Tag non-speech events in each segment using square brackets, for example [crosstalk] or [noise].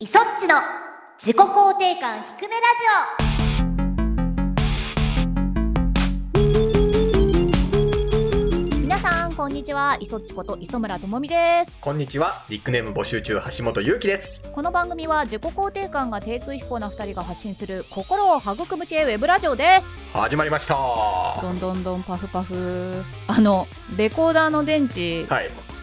イソッチの自己肯定感低めラジオ皆さんこんにちはイソッチこと磯村智美ですこんにちは。ニックネーム募集中、橋本ゆうきです。この番組は自己肯定感が低空飛行な二人が発信する心を育む系ウェブラジオです始まりました。はどんどんどんパフパフあのレコーダーの電池い。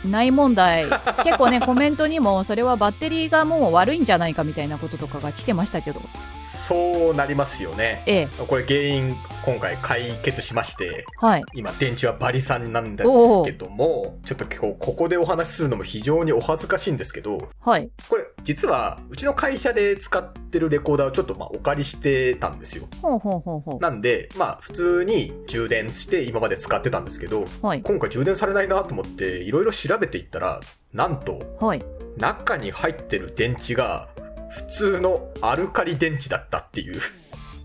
ない問題結構ねコメントにもそれはバッテリーがもう悪いんじゃないかみたいなこととかが来てましたけどそうなりますよね。ええこれ原因、今回解決しまして、はい今、電池はバリさんなんですけども、ちょっと今日ここでお話しするのも非常にお恥ずかしいんですけど、はいこれ、実は、うちの会社で使ってるレコーダーをちょっとまあお借りしてたんですよ。ほうほうほうほなんで、まあ、普通に充電して今まで使ってたんですけど、うはい今回充電されないなと思って、いろいろ調べていったら、なんと、はい中に入ってる電池が普通のアルカリ電池だったっていう、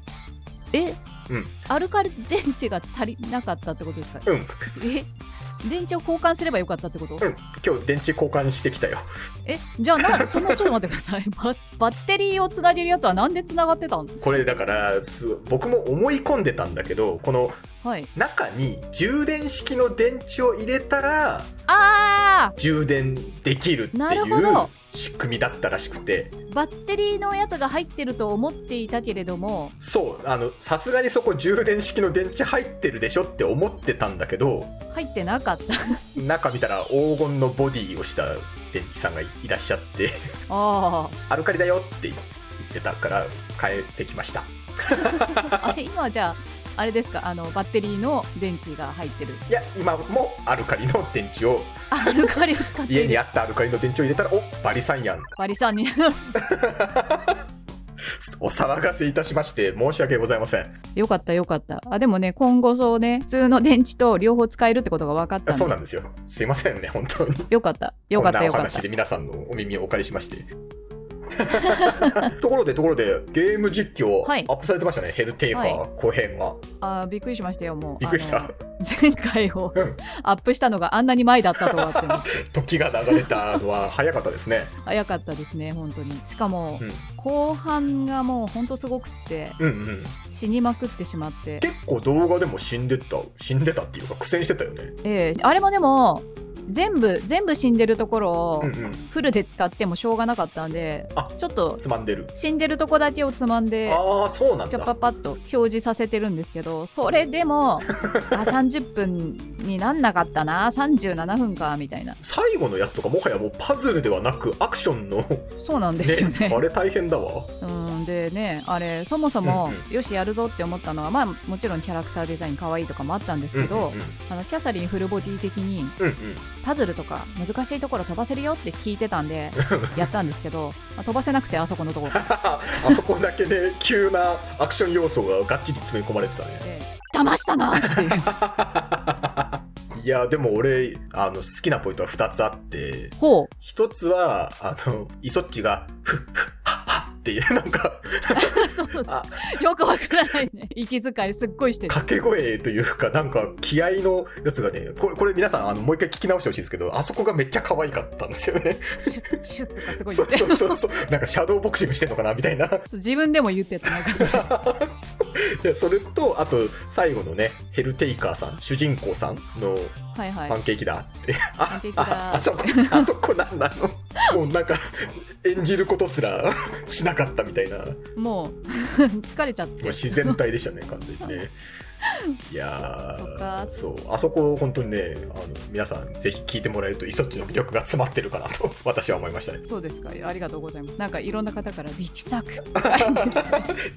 [laughs] え、うんアルカリ電池が足りなかったってことですかうん、え電池を交換すればよかったってことうん、今日電池交換してきたよ。えじゃあなそんなちょっと待ってくださいババッテリーをつなげるやつはなんでつながってたのこれだから、す僕も思い込んでたんだけど、このはい中に充電式の電池を入れたらあ充電できるってなるいほうど仕組みだったらしくて、ーバッテリーのやつが入ってると思っていたけれどもそう、あの、さすがにそこ充電式の電池入ってるでしょって思ってたんだけど、入ってなかった中見たら黄金のボディをした電池さんがいいらっしゃって、 [laughs] あアルカリだよって言ってたから変えてきましたーあれ今じゃああれですかあのバッテリーの電池が入ってるいや今もアルカリの電池をあアルカリを使って家いにるあったアルカリの電池を入れたらおバリさんやんバリさんに [laughs] お騒がせいたしまして申し訳ございませんよかったよかったあでもね今後そうね普通の電池と両方使えるってことが分かったんでそうなんですよすいませんね本当によかった、よかっこんた、なよおかった話。で皆さんのお耳をお借りしまして [laughs] ところでところでゲーム実況はいアップされてましたね、ヘルテーバはー後編が、あーびっくりしましたよ、もう。びっくりしたあの。前回を [laughs] うんアップしたのがあんなに前だったとはってね、時が流れたのは早かったですね、 [laughs] 早かったですね、本当に。しかも、うん後半がもう本当すごくって、うんうん、死にまくってしまって。結構動画でも死んでた死んでたっていうか苦戦してたよねええあれもでも、全部、全部死んでるところをうんうんフルで使ってもしょうがなかったんであ、ちょっとつまんでる死んでるとこだけをつまんで。ああそうなんピだョパパッと表示させてるんですけどそれで [laughs] もあ30分になんなかったな37分かみたいな最後のやつとかもはやもうパズルではなくアクションの、ね、そうなんですよね。あれ大変だわうんでねあれそもそも、うんよしやるぞって思ったのはまあもちろんキャラクターデザイン可愛いとかもあったんですけど、うんあのキャサリンフルボディ的にうん [laughs] うんパズルとか難しいところ飛ばせるよって聞いてたん [laughs] でやったんですけど、まあ飛ばせなくてあそこのところあそこだけで急なアクション要素ががっちり詰め込まれてたねで騙したなっていう [laughs] いやでも俺あの好きなポイントは2つあってほう一つはあのイソッチがフッフッハッハッっていうなんかそうそうあよくわからな [laughs] いね息遣いすっごいしてる掛け声というか、なんか気合のやつがね、これ、これ皆さん、あの、もう一回聞き直してほしいんですけど、あそこがめっちゃ可愛かったんですよね。シュッシュッとかすごいそ言うってそうそうそう。なんかシャドーボクシングしてんのかなみたいな。そう自分でも言ってたなんかそれでそれと、あと、最後のね、ヘルテイカーさん、主人公さんのはいはいパンケーキだって。パンケーキだあ、あそこ、あそこなんなの [laughs] もうなんか、演じることすら [laughs] しなかったみたいな。ももう [laughs] 疲れちゃっうて自然体でしたね、 [laughs] 完全にね。いやそっかーそうあそこ本当にねあの皆さんぜひ聞いてもらえるとイソッチの魅力が詰まってるかなと [laughs] 私は思いましたねそうですかありがとうございますなんかいろんな方から力作って書いてて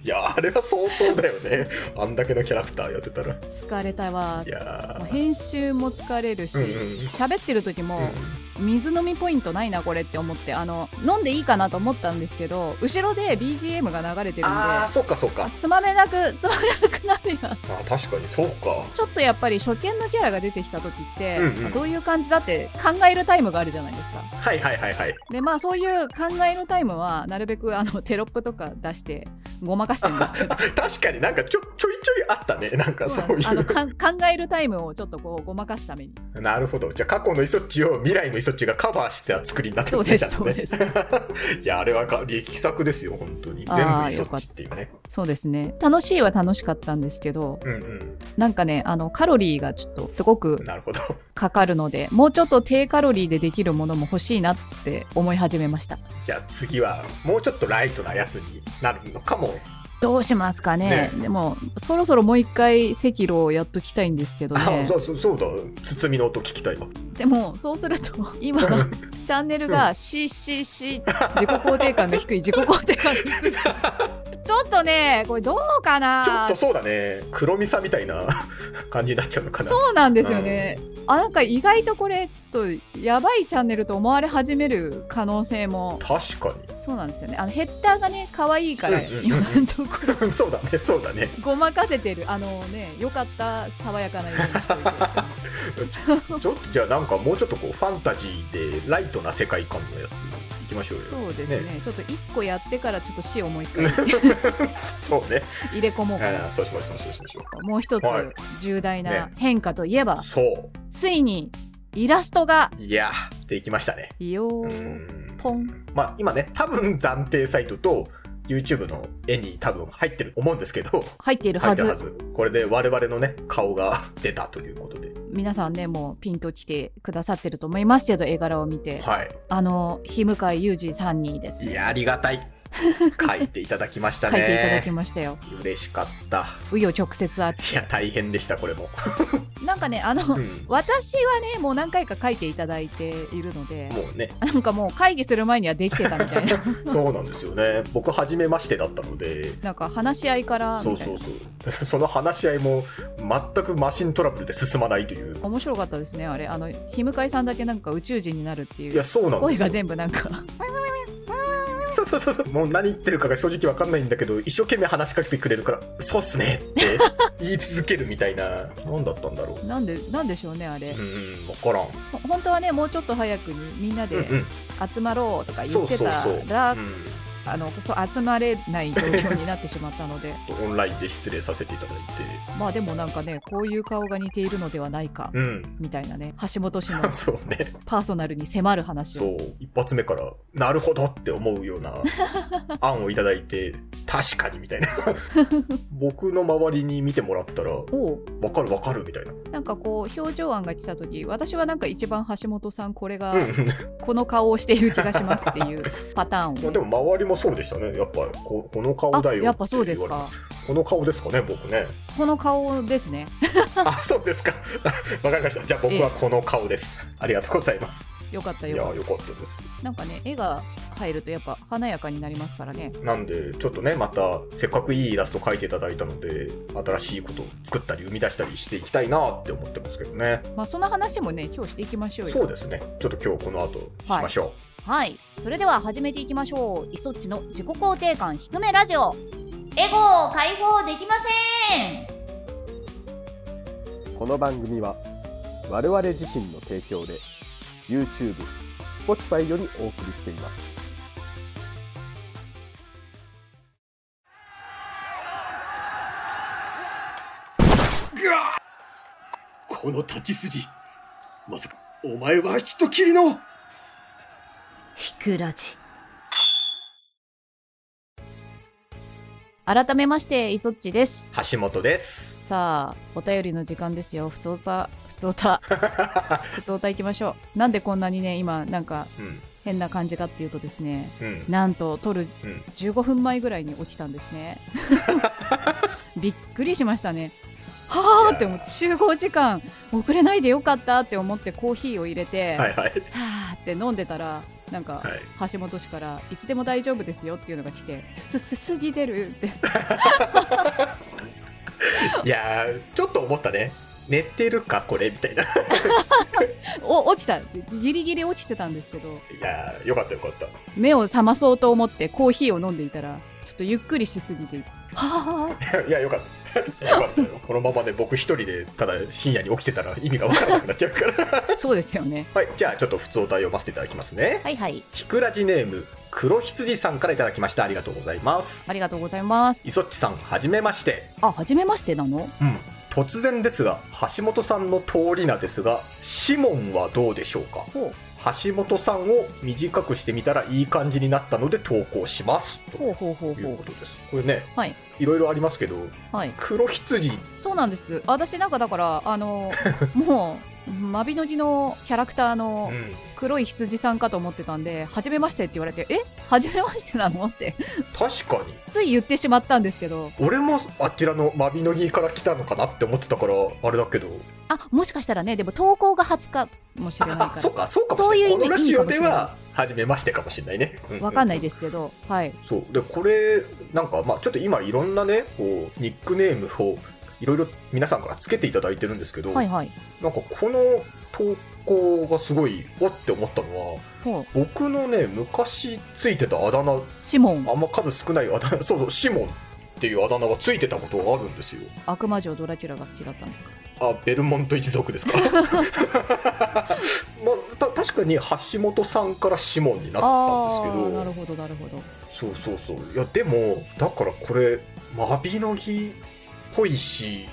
いやーあれは相当だよねあんだけのキャラクターやってたらい疲れたわやもうー編集も疲れるうしんうん喋ってる時うもん水飲みポイントないなこれって思ってあの飲んでいいかなと思ったんですけど後ろで BGM が流れてるんであああそっかそっかつまめなくつまめなくなるやんあー確かにそうかちょっとやっぱり初見のキャラが出てきた時って、うんうんどういう感じだって考えるタイムがあるじゃないですかはいはいはいはいでまあそういう考えるタイムはなるべくあのテロップとか出してごまかしてるんですけど確かになんかちょちょいちょいあったねなんか [laughs] そそうなんうですあいのうかん考えるタイムをちょっとこうごまかすためになるほどじゃあ過去のイソッチを未来のイソッチがカバーしてた作りになってそうねでちゃすんそとうねです [laughs] いやあれはか力作ですよ本当に全部あーイソッチっていうねそうですね楽しいは楽しかったんですけどうんうなんかねあのカロリーがちょっとすごくんなるほどかかるのでもうちょっと低カロリーでできるものも欲しいなって思い始めましたじゃあ次はもうちょっとライトなやつになるのかもどうしますかねでもそろそろもう一回赤炉をやっときたいんですけどあねそうそうそうだ包みの音聞きた [laughs] いわでもそうすると [laughs] 今チャンネルが CCC 自己肯定感が低い自己肯定感が [laughs] 低いちょっとねこれどうかちょっなとそうだね黒みさみたいな [laughs] 感じになっちゃうのかなそうなんですよね、あなんか意外とこれちょっとやばいチャンネルと思われ始める可能性も確かそうなんですよねあのヘッダーがね可愛いからうんうんうん今のところに [laughs] そうだねそうだねごまかせてるあのね良かった爽やかな色に [laughs] しておいてちょっとじゃあなんかもうちょっとこうファンタジーでライトな世界観のやついきましょうよそうですねちょっと1個やってからちょっと C をもう1 [laughs] 回そうね入れ込も [laughs] うかあなーそうしましょうそうしましょうもう一つはい重大なね変化といえば、そついにイラストがういやーできましたねいいようーんポンまあ今ね多分暫定サイトと YouTube の絵に多分入ってると思うんですけど入っている入はってずるはずこれで我々のね顔が出たということで皆さんねもうピンときてくださってると思いますけど絵柄を見てはいあの日向井裕二さんにですいねやありがたい書いていただきました [laughs] 書いていただきねましたよ嬉しかった紆余曲折あっいや大変でしたこれ [laughs] も、てなんかねあの、うん私はねもう何回か書いていただいているのでもうねなんかもう会議する前にはできてたみたいな [laughs] そうなんですよね僕初めましてだったのでなんか話し合いからそみうたいなそうそう [laughs] その話し合いも全くマシントラブルで進まないという面白かったですねあれあの日向井さんだけなんか宇宙人になるっていいやうそうなんで声すよが全部なんかそうそうそうそうもう何言ってるかが正直わかんないんだけど一生懸命話しかけてくれるから「そうっすね」って [laughs] 言い続けるみたいな何だったんだろうなんでなんでしょうねあれ、うんうん分からんほ本当はねもうちょっと早くにみんなうんで集まろうとかうん言そうってそうたそう、らうんあのそう集まれない状況になってしまったので [laughs] オンラインで失礼させていただいてまあでもなんかねこういう顔が似ているのではないかうんみたいなね橋 [laughs] 本氏のそうねパーソナルに迫る話そをう一発目からなるほどって思うよう [laughs] な案をいただいて確かにみたいな僕の周りに見てもらったらわおうかるわかるみたいななんかこう表情案が来た時私はなんか一番橋本さんこれが、うん [laughs] この顔をしている気がしますっていうパターンをね、まあでも周りもそうでしたねやっぱここの顔だよってあやっぱそうです言われかてこの顔ですかね僕ねこの顔ですねあそうですか [laughs] わかりましたじゃあ僕ええはこの顔ですありがとうございますよかったいやよかっよかったですたなんかね絵が入るとやっぱ華やかになりますからねなんでちょっとねまたせっかくいいイラスト描いていただいたので新しいことを作ったり生み出したりしていきたいなって思ってますけどねまあその話もね今日していきましょうよそうですねちょっと今日この後しましょはいそれでは始めていきましょうイソッチの自己肯定感低めラジオエゴを解放できませんこの番組は我々自身の提供で YouTube、Spotify よりお送りしています。う、この立ち筋まさかお前は人斬りの低ラジ改めましてイソッチです橋本ですさあお便りの時間ですよふつおたふつおたふつおたいきましょうなんでこんなにね今なんかうん変な感じかっていうとですねうんなんと撮るうん15分前ぐらいに起きたんですねびっくりしましたねはあって思って集合時間遅れないでよかったって思ってコーヒーを入れはて、いはいはあって飲んでたらなんかはい橋本氏からいつでも大丈夫ですよっていうのが来てすすすぎ出るっていやーちょっと思ったね寝てるかこれみたいないお起きたギリギリ落ちてたんですけどやーよかったよかった目を覚まそうと思ってコーヒーを飲んでいたらちょっとゆっくりしすぎてはあ [laughs] いやいやよかっよかったよこのままで僕一人でただ深夜に起きてたら意味がわからなくなっちゃうから [laughs] そうですよねはいじゃあちょっと普通お題読ませていただきますねはいはいひくらじネーム黒羊さんからいただきましたありがとうございますありがとうございますいそっちさんはじめましてあ初めましてなのうん突然ですが橋本さんの通り名ですがシモンはどうでしょうかほ橋本さんを短くしてみたらいい感じになったので投稿しますうとほうほうほういうほことですこれねうはいいろいろありますけどはい黒羊そうなんです私なんかだからあのもうマビノギのキャラクターうのん黒い羊さんかと思ってたんで「初めまして」って言われて「え初めましてなの?」って確かについ言ってしまったんですけど俺もあちらのマビノギから来たのかなって思ってたからあれだけどあもしかしたらねでも投稿が初かもしれないあかあそうらかそうかもしれないそういうこ意味のラジオでいいかもしれなは初めましてかもしれないねわかんないすですけどはいそうでこれなんかまあちょっと今いろんなねこうニックネームをいろいろ皆さんからつけていただいてるんですけど、はいはいなんかこの投稿がすごいおって思ったのはほう僕のね昔ついてたあだ名シモンあんま数少ないあだ名そうそうシモンっていうあだ名がついてたことがあるんですよ悪魔城ドラキュラが好きだったんですかあベルモント一族 [laughs] ですかまあた確かに橋本さんからシモンになったんですけあどーなるほどなるほどそうそうそういやでもだからこれマビノギっぽいし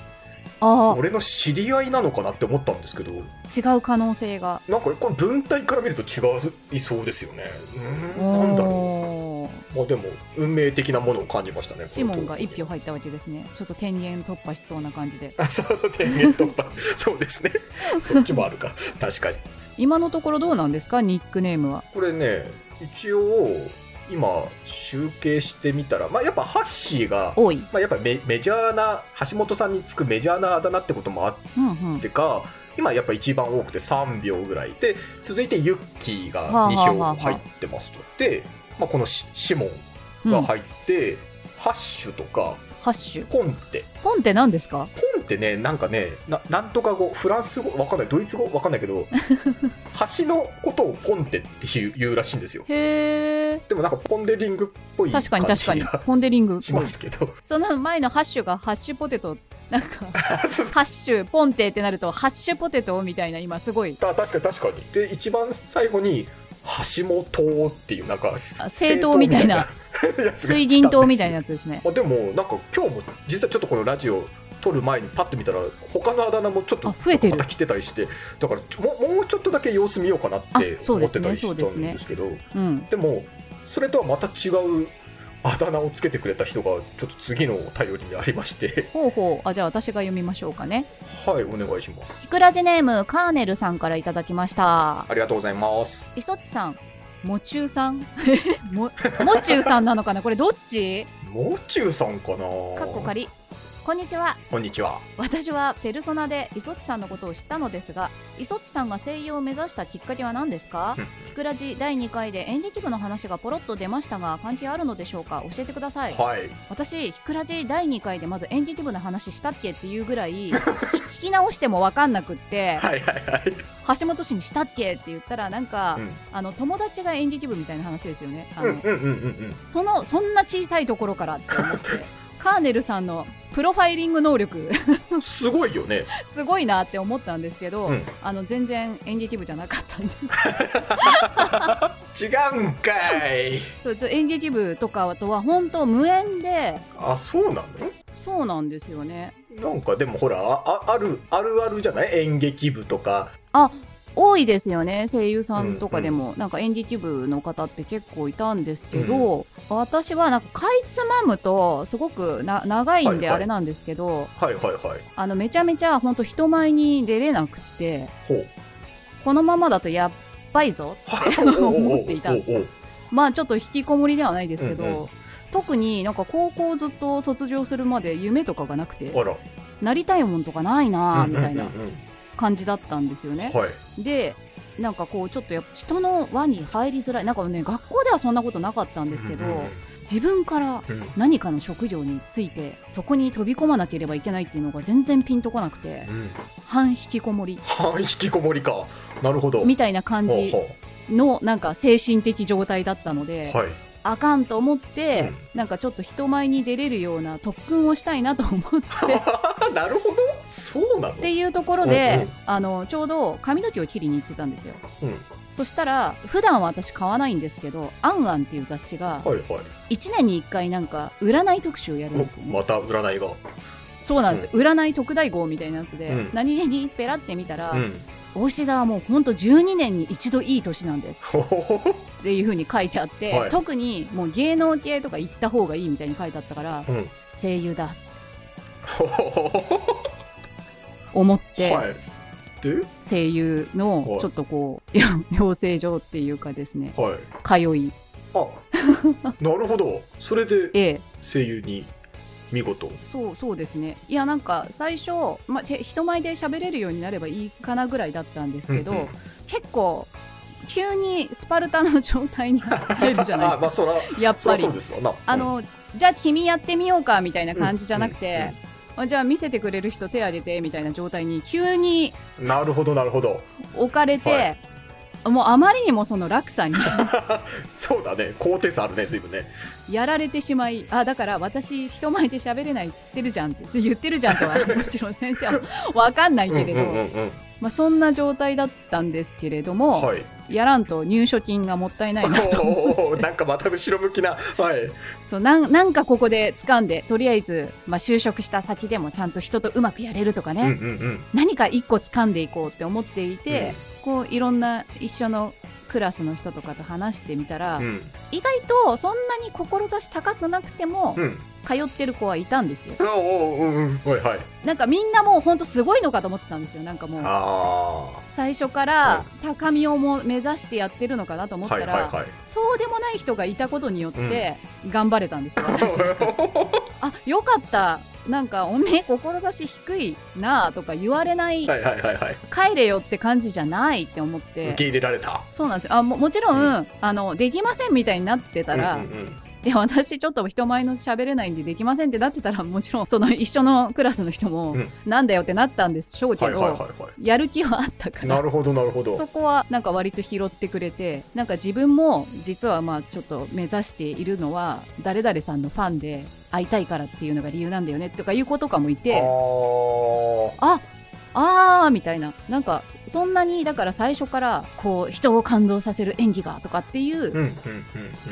あ俺の知り合いなのかなって思ったんですけどあ違う可能性がなんかこれ文体から見ると違いそうですよねうーんなんだろおーうまあでも運命的なものを感じましたねシモンが一票票入ったわけですねちょっと天元突破しそうな感じで [laughs] あそう天元突破そうですねそっちもあるか確かに今のところどうなんですかニックネームはこれね一応今集計してみたらまあやっぱハッシーが多いまあ、やっぱメメジャーな橋本さんにつくメジャーなあだ名ってこともあっうんうんてか今やっぱ一番多くて3秒ぐらいで続いてユッキーはあがはあ2はあ票入ってますとで、まあ、このシシモうンんがハ入って、ハッシュとかッシュポンってポンって何ですかポンってねなんかねななんとか語フランス語わかんないドイツ語わかんないけ [laughs] ど橋のことをポンテって言う言うらしいんですよへえでもなんかポンデリングっぽい感確じかに確かにがポンデリングしますけど [laughs] その前のハッシュがハッシュポテトなんかそうハッシュポンテってなるとハッシュポテトみたいな今すごいた確かに確かにで一番最後に橋本っていうなんかあ政党みたいな政党みたいなや [laughs] つが来たんですよ水銀灯みたいなやつですねあでもなんか今日も実際ちょっとこのラジオ撮る前にパッと見たら他のあだ名もちょっとあ増えてるま [laughs] た来てたりしてだからちょもうもうちょっとだけ様子見ようかなってあそう思でっすてねたりしたんそうですねですけどでうんもそれとはまた違うあだ名をつけてくれた人がちょっと次のお便りにありましてほうほうあじゃあ私が読みましょうかねはいお願いしますひくらじネームカーネルさんからいただきましたありがとうございますいそっちさんもちゅうさん [laughs] ももちゅうさんなのかなこれどっちもう中さんかなかっこ仮こんにちはこんにちは私はペルソナでイソッチさんのことを知ったのですがイソッチさんが声優を目指したきっかけは何ですかうんひくらじ第2回で演劇部の話がポロッと出ましたが関係あるのでしょうか教えてくださいはい私ひくらじ第2回でまず演劇部の話したっけっていうぐらい聞き聞き直しても分かんなくってはいはいはい。橋本氏にしたっけって言ったらなんか、うんあの友達が演劇部みたいな話ですよねあの、うんうんうんうんそのそんな小さいところからっ [laughs] て思ってうカーネルさんのプロファイリング能力ん。すごいよね。すごいなって思ったんですけど、うんあの全然演劇部じゃなかったんです [laughs] 違うんかい。そうそう演劇部とかとは本当無縁であ、そうなそうなんですよねのなんかでもほら、あある、あるあるじゃない演劇部とか。多いですよね声優さんとかでも、なんか演劇部の方って結構いたんですけど、私はなんかかいつまむとすごくな長いんはいはでいあれなんですけど、はいはいはい。あのめちゃめちゃ本当人前に出れなくってほう。このままだとやっばいぞ思っていたおう [laughs] おうおうまあちょっと引きこもりではないですけど、うんう特になんか高校ずっと卒業するまで夢とかがなくておうあなりたいもんとかないら。なあうんみうんうんたいな感じだったんですよね。はい。でなんかこうちょっとやっぱ人の輪に入りづらいなんかね学校ではそんなことなかったんですけど、うんうん自分からうんうん何かの職業についてそこに飛び込まなければいけないっていうのが全然ピンとこなくてうん半引きこもりはい、引きこもりか。なるほど。みたいな感ほうじほのなんか精神的状態だったのうで。はい。あかんと思って、うんなんかちょっと人前に出れるような特訓をしたいなと思って [laughs] なるほどそうなのっていうところで、うんうんあのちょうど髪の毛を切りに行ってたんですようんそしたら普段は私買わないんですけど「アンアンっていう雑誌がはいはい1年に1回なんか占い特集をやるんですよね、おまた占いがそうなんです、占い特大号みたいなやつで、うん何気にペラって見たら、うん大志座はもうほんと12年に一度いい年なんですほほほほっていうふうに書いてあって、はい特にもう芸能系とか行った方がいいみたいに書いてあったから、うん声優だほほほほほ思って、はいで声優のはいちょっとこう、や養成所っていうかですねはい通いあなるほどそれでええ声優に見事そうそうですねいやなんか最初、まあ、て人前で喋れるようになればいいかなぐらいだったんですけど、うんうん結構急にスパルタの状態に入るじゃない [laughs] あまであそらすかやっそぱらりそうですわなあのじゃあ君やってみようかみたいな感じじゃなくうんうんて、あじゃあ見せてくれる人手挙げてみたいな状態に急にうんなるほどなるほど置かれて、もうあまりにもその落差にそうだね高低差あるね随分ねやられてしまいあだから私人前で喋れないっつってるじゃんって言ってるじゃん [laughs] とはもちろん先生は分かんないけれど、うんうんうんうんまあ、そんな状態だったんですけれども、はいやらんと入所金がもったいないなと思って [laughs] おおなんかまた後ろ向きなはいそうなんなんかここで掴んでとりあえず、まあ、就職した先でもちゃんと人とうまくやれるとかね、うんうんうん何か一個掴んでいこうって思っていて、こういろんな一緒のクラスの人とかと話してみたら、うん意外とそんなに志高くなくてもうん通ってる子はいたんですよおおうんうんはいはいなんかみんなもうほんとすごいのかと思ってたんですよなんかもうあ最初かはらい高みをも目指してやってるのかなとあ思ったはいら、はいはいそうでもない人がいたことによって頑張れたん [laughs] ですよ、私あよかったなんかおめえ志低いなあとか言われない、はいはいはいはい帰れよって感じじゃないって思って受け入れられたそうなんですよあももちろん、うあのできませんみたいになってたら、うんうんうんいや私ちょっと人前の喋れないんでできませんってなってたらもちろんその一緒のクラスの人も、うんなんだよってなったんでしょうけはいど、はいはいはやる気はあったかいなら。るほどなるほどそこはなんか割と拾ってくれてなんか自分も実はまあちょっと目指しているのは誰々さんのファンで会いたいからっていうのが理由なんだよねとかいう子とかもいてあああーみたいななんかそそんなにだから最初からこう人を感動させる演技がとかっていうーうんうんうん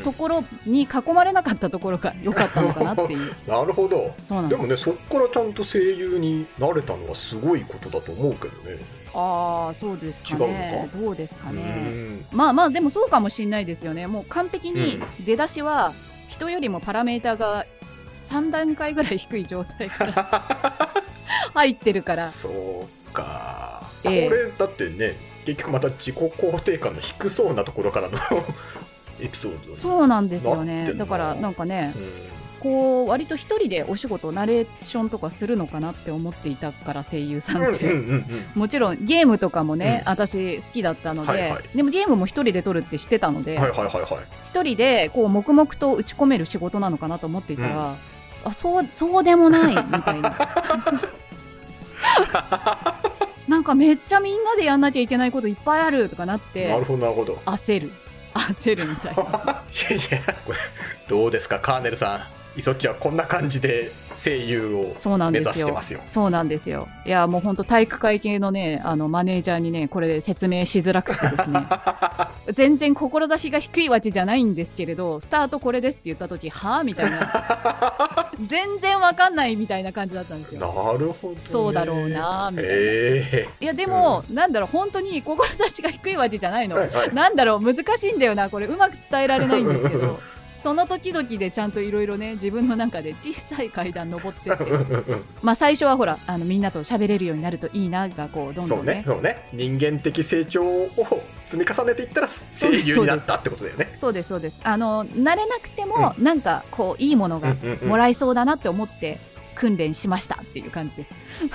うとんころに囲まれなかったところが良かったのかなっていうなるほどそうなんででもすねそっからちゃんと声優になれたのはすごいことだと思うけどねああそうですか違うのねかどうですかねうんまあまあでもそうかもしんないですよねもう完璧に出だしは人よりもパラメーターが3段階ぐらい低い状態から [laughs] 入ってるからそうか、ええこれだってね結局また自己肯定感の低そうなところからの [laughs] エピソードう、そうなんですよなっねてんなだからなんかねうこう割と一人でお仕事ナレーションとかするのかなって思っていたから声優ん、さうんんうっんて、うんもちろんゲームとかもね、うん私好きだったので、はいはいでもゲームも一人で撮るってしてたのでうんはいはいはいはい一、人でこう黙々と打ち込める仕事なのかなと思っていたら、あそうそうでもないみた [laughs] いな。なんかめっちゃみんなでやんなきゃいけないこといっぱいあるとかなっなるてほどなるほど焦る焦るみたいないやいやこれどうですかカーネルさんイソッチはこんな感じで声優をそうなん目で指すしてよますよそうなんですよいやもう本当体育会系のねあのマネージャーにねこれで説明しづらくてで [laughs] すね全然志が低いわけじゃないんですけれどスタートこれですって言った時はあみたいな [laughs] 全然わかんないみたいな感じだったんですよなるほど、ね、そうだろうなみたいなえいやでも、なんだろう本当に志が低いわけじゃないえの、はいはいなんだろう難しいんだよなこれうまく伝えられないんです [laughs] けどその時々でちゃんといろいろね自分の中で小さい階段登ってってうんうんうんまあ最初はほらあのみんなと喋れるようになるといいながこうどんそどうんねねそうね人間的成長を積み重ねていったら声うです優になったってことだよねそうですそうですあの慣れなくても、なんかこういいものがもらえそうだなって思って訓練しましたっていう感じです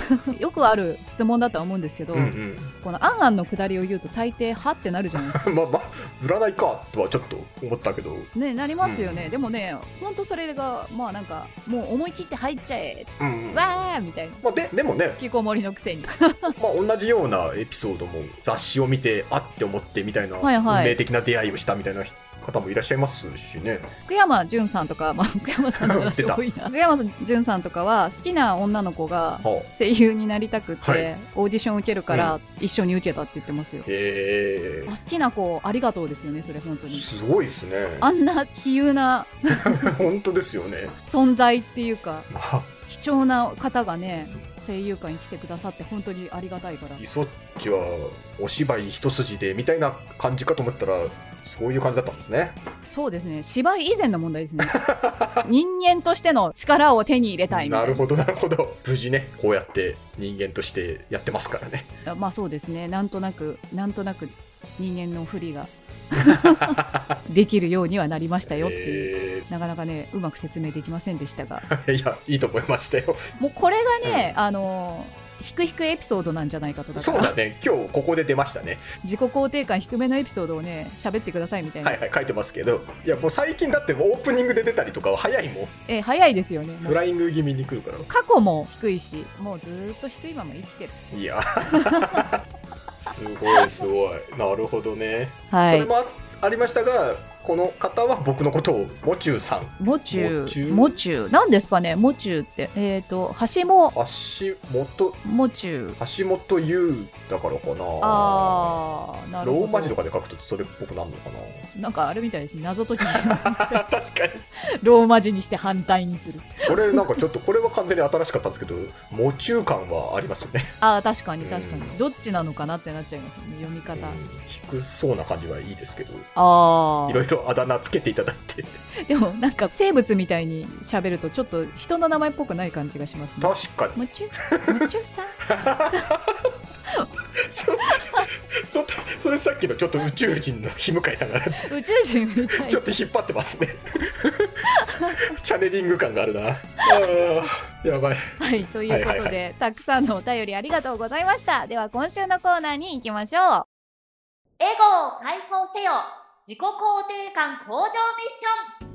[laughs] よくある質問だとは思うんですけど、うんこの「あんあん」のくだりを言うと大抵「は」ってなるじゃないですかうん、まあまあ占いかとはちょっと思ったけどねなりますよね、うんでもねほんとそれがまあなんかもう思い切って入っちゃえうん、うんまわーみたいなあ、ででもね引きこもりのくせにまあ、同じようなエピソードも雑誌を見てあって思ってみたいなはいはい運命的な出会いをしたみたいな方もいらっしゃいますしね。福山潤さんとか、まあ、福山さんの話多いな福山潤さんとかは好きな女の子がはあ声優になりたくて、はいオーディション受けるから一緒に受けたって言ってますよ、へえあ好きな子ありがとうですよねそれ本当にすごいですね。 [laughs] あんな奇遇な本当ですよね。存在っていうかまあ、貴重な方がね声優界に来てくださって本当にありがたいからイソッチはお芝居一筋でみたいな感じかと思ったらそういう感じだったんですね。そうですね芝居以前の問題ですね [laughs] 人間としての力を手に入れたいみたいななるほどなるほど。無事ねこうやって人間としてやってますからね。あまあそうですねなんとなくなんとなく人間の振りが [laughs] できるようにはなりましたよっていう、えなかなかねうまく説明できませんでし [laughs] たがーいやいいと思いましたよ。もうこれがね、あのひくひくエピソードなんじゃないかとだかそうらだね今日ここで出ましたね。自己肯定感低めのエピソードをね喋ってくださいみたいな、はいはい書いてますけどいやもう最近だってオープニングで出たりとかは早いもん。え早いですよねもフうライング気味に来るから過去も低いしもうずーっと低いまま生きてるい [laughs] やすごいすごいなるほどね、はそれいもあありましたがこの方は僕のことをもちゅうさんもちゅもちゅううもちゅうなんですかねもちゅうってえっ、と橋も橋本もちゅう橋本優だからかなあーなるほロどーマ字とかで書くとそれっぽくな [laughs] るのかななんかあれみたいですね謎解き [laughs] 確かにローマ字にして反対にするこれなんかちょっとこれは完全に新しかったんですけどもちゅう感はありますよねああ確かに確かに、うんどっちなのかなってなっちゃいますよね読み方、うん低そうな感じはいいですけどあいろいろあだ名つけていただいてあでもなんか生物みたいに喋るとちょっと人の名前っぽくない感じがしますね確かにもちゅもちゅさんそ [laughs] そ [laughs] それさっきのちょっと宇宙人の日向井さんが [laughs] 宇宙人みたいちょっと引っ張ってます [laughs] ねチャネリング感があるなあーやばいはいというこはとで、いはいたくさんのお便りありがとうございましたでは今週のコーナーに行きましょうエゴを解放せよ自己肯定感向上ミッション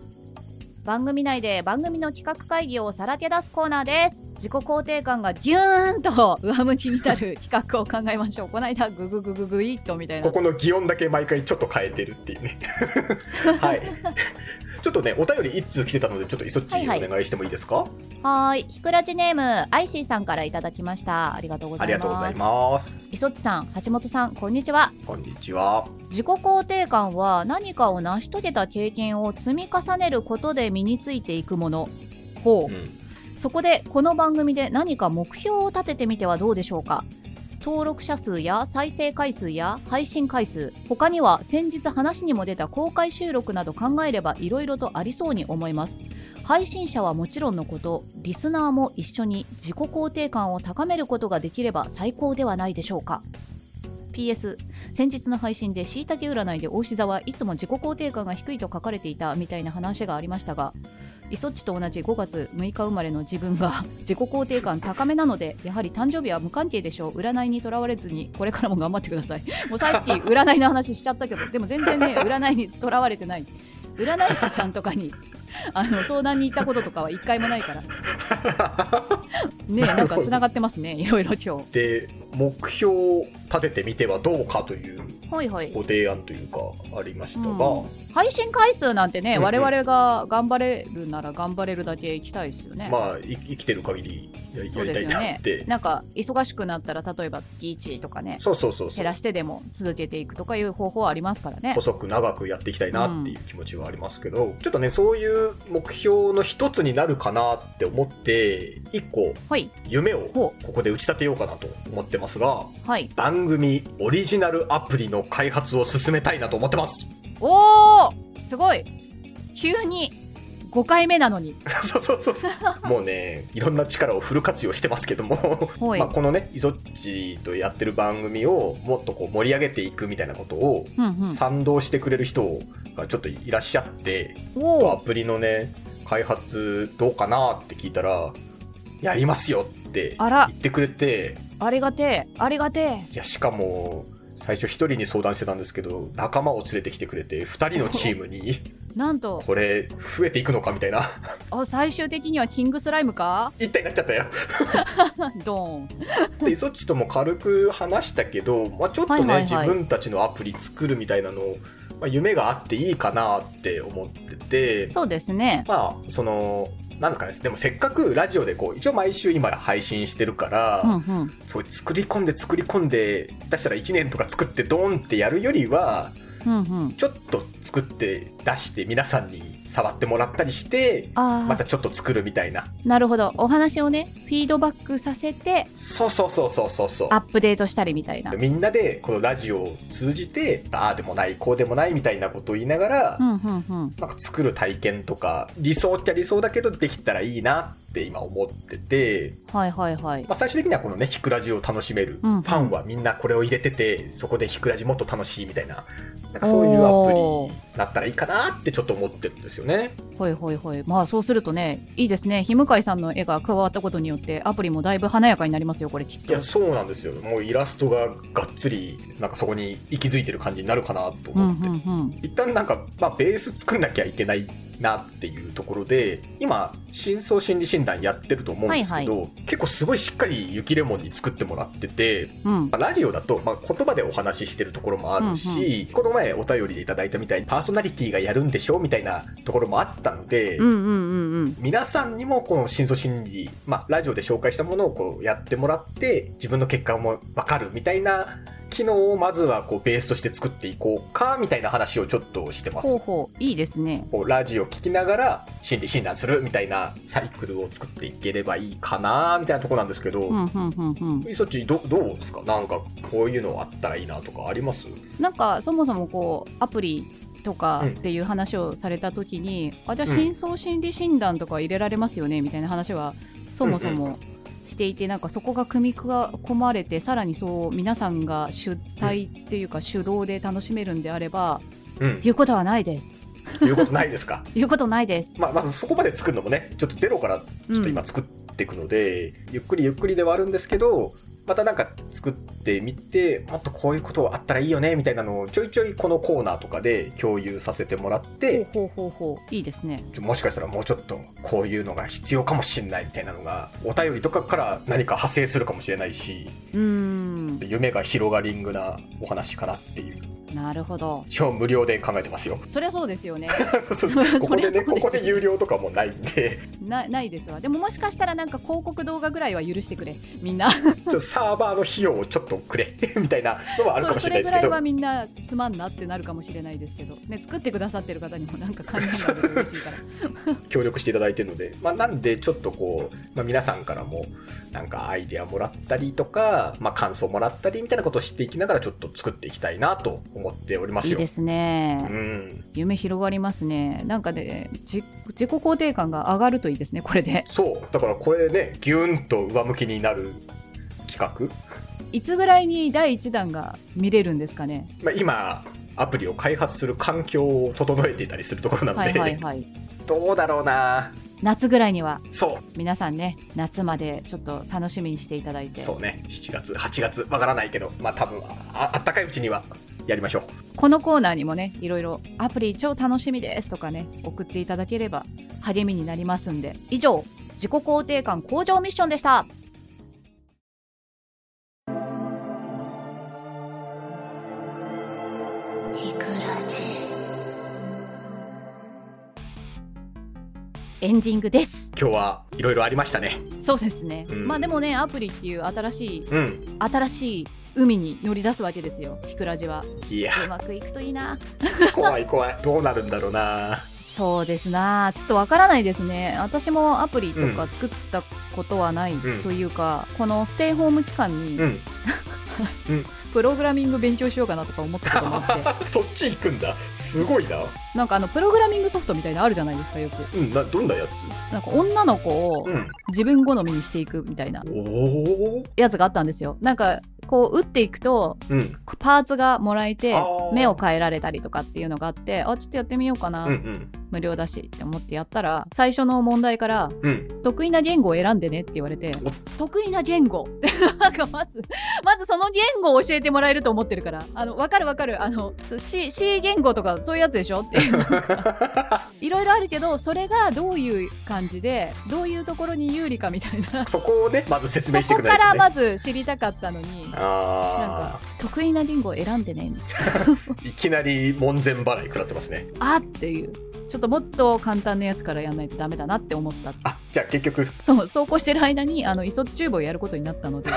番組内で番組の企画会議をさらけ出すコーナーです自己肯定感がギューンと上向きになる企画を考えましょうこの間グググググイッとみたいなここの擬音だけ毎回ちょっと変えてるって [laughs] いうねはいちょっとねお便り一通来てたのでちょっといそっちはいおはい願いしてもいいですか、はーいひくらじネームアイシーさんからいただきましたありがとうござあいりますがとうございます磯地さん橋本さんこんにちはこんにちは自己肯定感は何かを成し遂げた経験を積み重ねることで身についていくものほう、うんそこでこの番組で何か目標を立ててみてはどうでしょうか登録者数や再生回数や配信回数他には先日話にも出た公開収録など考えればいろいろとありそうに思います配信者はもちろんのことリスナーも一緒に自己肯定感を高めることができれば最高ではないでしょうか PS 先日の配信でしいたけ占いで大志座はいつも自己肯定感が低いと書かれていたみたいな話がありましたがイソッチと同じ5月6日生まれの自分が [laughs] 自己肯定感高めなのでやはり誕生日は無関係でしょう占いにとらわれずにこれからも頑張ってくださいもうさ [laughs] っき占いの話しちゃったけどでも全然ね占いにとらわれてない占い師さんとかにあの相談に行ったこととかは一回もない [laughs] からねえなんかつながってますねいろいろ今で目標を立ててみてはどうかという日はいはいご提案というかありましたが、うん配信回数なんてうんね、うん我々が頑張れるなら頑張れるだけ行きたいですよね。まあい生きてる限りやそうやでりたすいよなねって、。なんか忙しくなったら例えば月1とかねそうそうそうそ減うらしてでも続けていくとかいう方法はありますからね。細く長くやっていきたいなっていう気持ちはありますけど、ちょっとねそういう目標の一つになるかなって思って一個はい夢をこほこで打ち立てようかなと思ってますがはい。番組オリジナルアプリの開発を進めたいなと思ってます [laughs] おおすごい急に5回目なのに。そうそうそうそうもうねいろんな力をフル活用してますけどもほいまあ、このねイゾッチとやってる番組をもっとこう盛り上げていくみたいなことをうんうん、賛同してくれる人がちょっといらっしゃって、おアおプリのね開発どうかなって聞いたらやりますよってあら言ってくれてありがてえありがてえいやしかも最初一人に相談してたんですけど仲間を連れてきてくれて二人のチーム [laughs] になんとこれ増えていくのかみたいな [laughs] あ最終的にはキングスライムか [laughs] 一体になっちゃったよドーンでそっちとも軽く話したけど、まあ、ちょっとね、はいはいはい自分たちのアプリ作るみたいなのを、まあ、夢があっていいかなって思っててそうですねまあそのなんかですでもせっかくラジオでこう一応毎週今配信してるから、うんうんそう作り込んで作り込んで出したら1年とか作ってドーンってやるよりはうんうんちょっと作って出して皆さんに触ってもらったりしてあまあたちょっと作るみたいななるほどお話をねフィードバックさせてそうそうそうそうそうそうアップデートしたりみたいなみんなでこのラジオを通じてああでもないこうでもないみたいなことを言いながら、うんうんうんなんか作る体験とか理想っちゃ理想だけどできたらいいなって今思ってて、はいはいはいまあ、最終的にはこのねひくラジを楽しめる、うんファンはみんなこれを入れててそこでひくラジもっと楽しいみたいななんかそういうアプリおーになったらいいかなってちょっと思ってるんですよね。ほいほいほいまあそうするとねいいですねひむかいさんの絵が加わったことによってアプリもだいぶ華やかになりますよこれきっいとやそうなんですよもうイラストががっつりなんかそこに息づいてる感じになるかなとうんう思って、んうん一旦なんか、まあ、ベース作んなきゃいけないなっていうところで今深層心理診断やってると思うんですけど、結構すごいしっかりゆきレモンに作ってもらってて、うんまあラジオだと、まあ、言葉でお話ししてるところもあるし、この前お便りでいただいたみたいにパーソナリティがやるんでしょみたいなところもあったので、うんうんうんうん皆さんにもこの深層心理、まあ、ラジオで紹介したものをこうやってもらって自分の結果も分かるみたいな機能をまずはこうベースとして作っていこうかみたいな話をちょっとしてますほうほういいですねこうラジオ聞きながら心理診断するみたいなサイクルを作っていければいいかなみたいなとこなんですけど、うんうんうんうんそっちどどうですかなんかこういうのあったらいいなとかありますなんかそもそもこうアプリとかっていう話をされた時に、あじゃあうん深層心理診断とか入れられますよねみたいな話はそもそもしていて、なんかそこが組み込まれてさらにそう皆さんが主体っていうか主導で楽しめるんであれば、うん言うことはないです言うことないですか [laughs] 言うことないですまあまずそこまで作るのもねちょっとゼロからちょっと今作っていくので、ゆっくりゆっくりではあるんですけどまたなんか作ってみてもっとこういうことあったらいいよねみたいなのをちょいちょいこのコーナーとかで共有させてもらって、ほうほうほうほういいですねちょもしかしたらもうちょっとこういうのが必要かもしれないみたいなのがお便りとかから何か派生するかもしれないしうーん夢が広がりんぐなお話かなっていうなるほど超無料で考えてますよそりゃそうですよね [laughs] そうそうそうそりゃここでそうですねよここで有料とかもないんで [laughs] なないですわでももしかしたらなんか広告動画ぐらいは許してくれみんなちょっとサーバーの費用をちょっとくれ [laughs] みたいなのはあるかもしそれれないでぐすらけいどはみんなすまんなってなるかもしれないですけど、ね、作ってくださってる方にもなんか感じられると嬉し [laughs] いから協力していただいてるので、まあ、なんでちょっとこう、まあ、皆さんからもなんかアイデアもらったりとか、まあ、感想もらったりみたいなことをしていきながらちょっと作っていきたいなと思っておりますいいよ。ですね、うん夢広がりますねなんかねじ自己肯定感が上がるといいですねこれで [laughs] そうだからこれねギューンと上向きになる企いつぐらいに第1弾が見れるんです [laughs] かね画、まあ、今アプリを開発する環境を整えていたりするところなのはで、いはいはいどうだろうな夏ぐらいにはそ皆さんね夏までちょっと楽しみにしていただいてうそうね7月8月わからないけどまあ多分ああったかいうちにはやりましょうこのコーナーにもねいろいろアプリ超楽しみですとかね送っていただければ励みになりますんで以上自己肯定感向上ミッションでしたひくらじエンディングです今日はいろいろありましたねそうですね、うんまあでもねアプリっていう新しいうん新しい海に乗り出すわけですよひくらじはい [laughs] やうまくいくといいな怖い怖いどうなるんだろうなそうですなちょっとわからないですね私もアプリとか作ったことはないんというか、このステイホーム期間にうん [laughs] プログラミング勉強しようかなとか思ったこともあってそっち行くんだすごいななんかあのプログラミングソフトみたいなのあるじゃないですかよくうん、などんなやつなんか女の子をうん。自分好みにしていくみたいなおお。やつがあったんですよなんかこう打っていくとうん。パーツがもらえてあー目を変えられたりとかっていうのがあってあちょっとやってみようかな、うんうん。無料だしって思ってやったら最初の問題からうん。 [laughs] 得意な言語を選んでねって言われてお得意な言語 [laughs] なんかまずまずその言語を教えてもらえると思ってるからあの分かる分かるあのそう C, C 言語とかそういうやつでしょって [laughs] いろいろあるけどそれがどういう感じでどういうところに有利かみたいなそこをね、まず説明しそてくこれなかいとらね。まず知りたかったのにあ得意な言語を選んでねみたいなあ。いきなり門前払い食らってますね。あっていうちょっともっと簡単なやつからやんないとダメだなって思ったあ、じゃあ結局。 [laughs] そうそうこうしてる間にあのイソチューブをやることになったので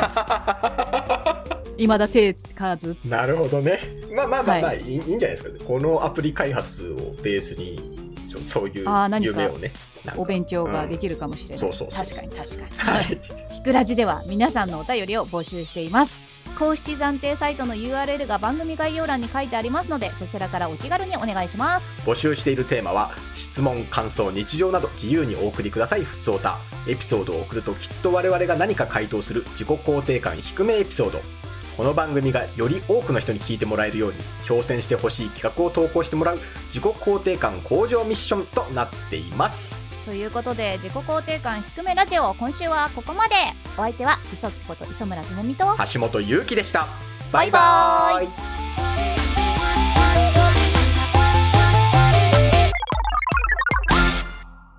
未だ手つかずなるほどね。まあまあまあまあ、、はいいいいんじゃないですか、ね。このアプリ開発をベースに、そそういうあー何か夢をね。なんかお勉強ができるかもしれない、うんそうそうそう確かに確かにははいい。ひくらじでは皆さんのお便りを募集しています公式暫定サイトの URL が番組概要欄に書いてありますのでそちらからお気軽にお願いします募集しているテーマは質問感想日常など自由にお送りくださいふつおたエピソードを送るときっと我々が何か回答する自己肯定感低めエピソードこの番組がより多くの人に聞いてもらえるように挑戦してほしい企画を投稿してもらう自己肯定感向上ミッションとなっていますということで自己肯定感低めラジオ今週はここまでお相手は磯っちこと磯村智美と橋本ゆうきでしたバイババイバーイ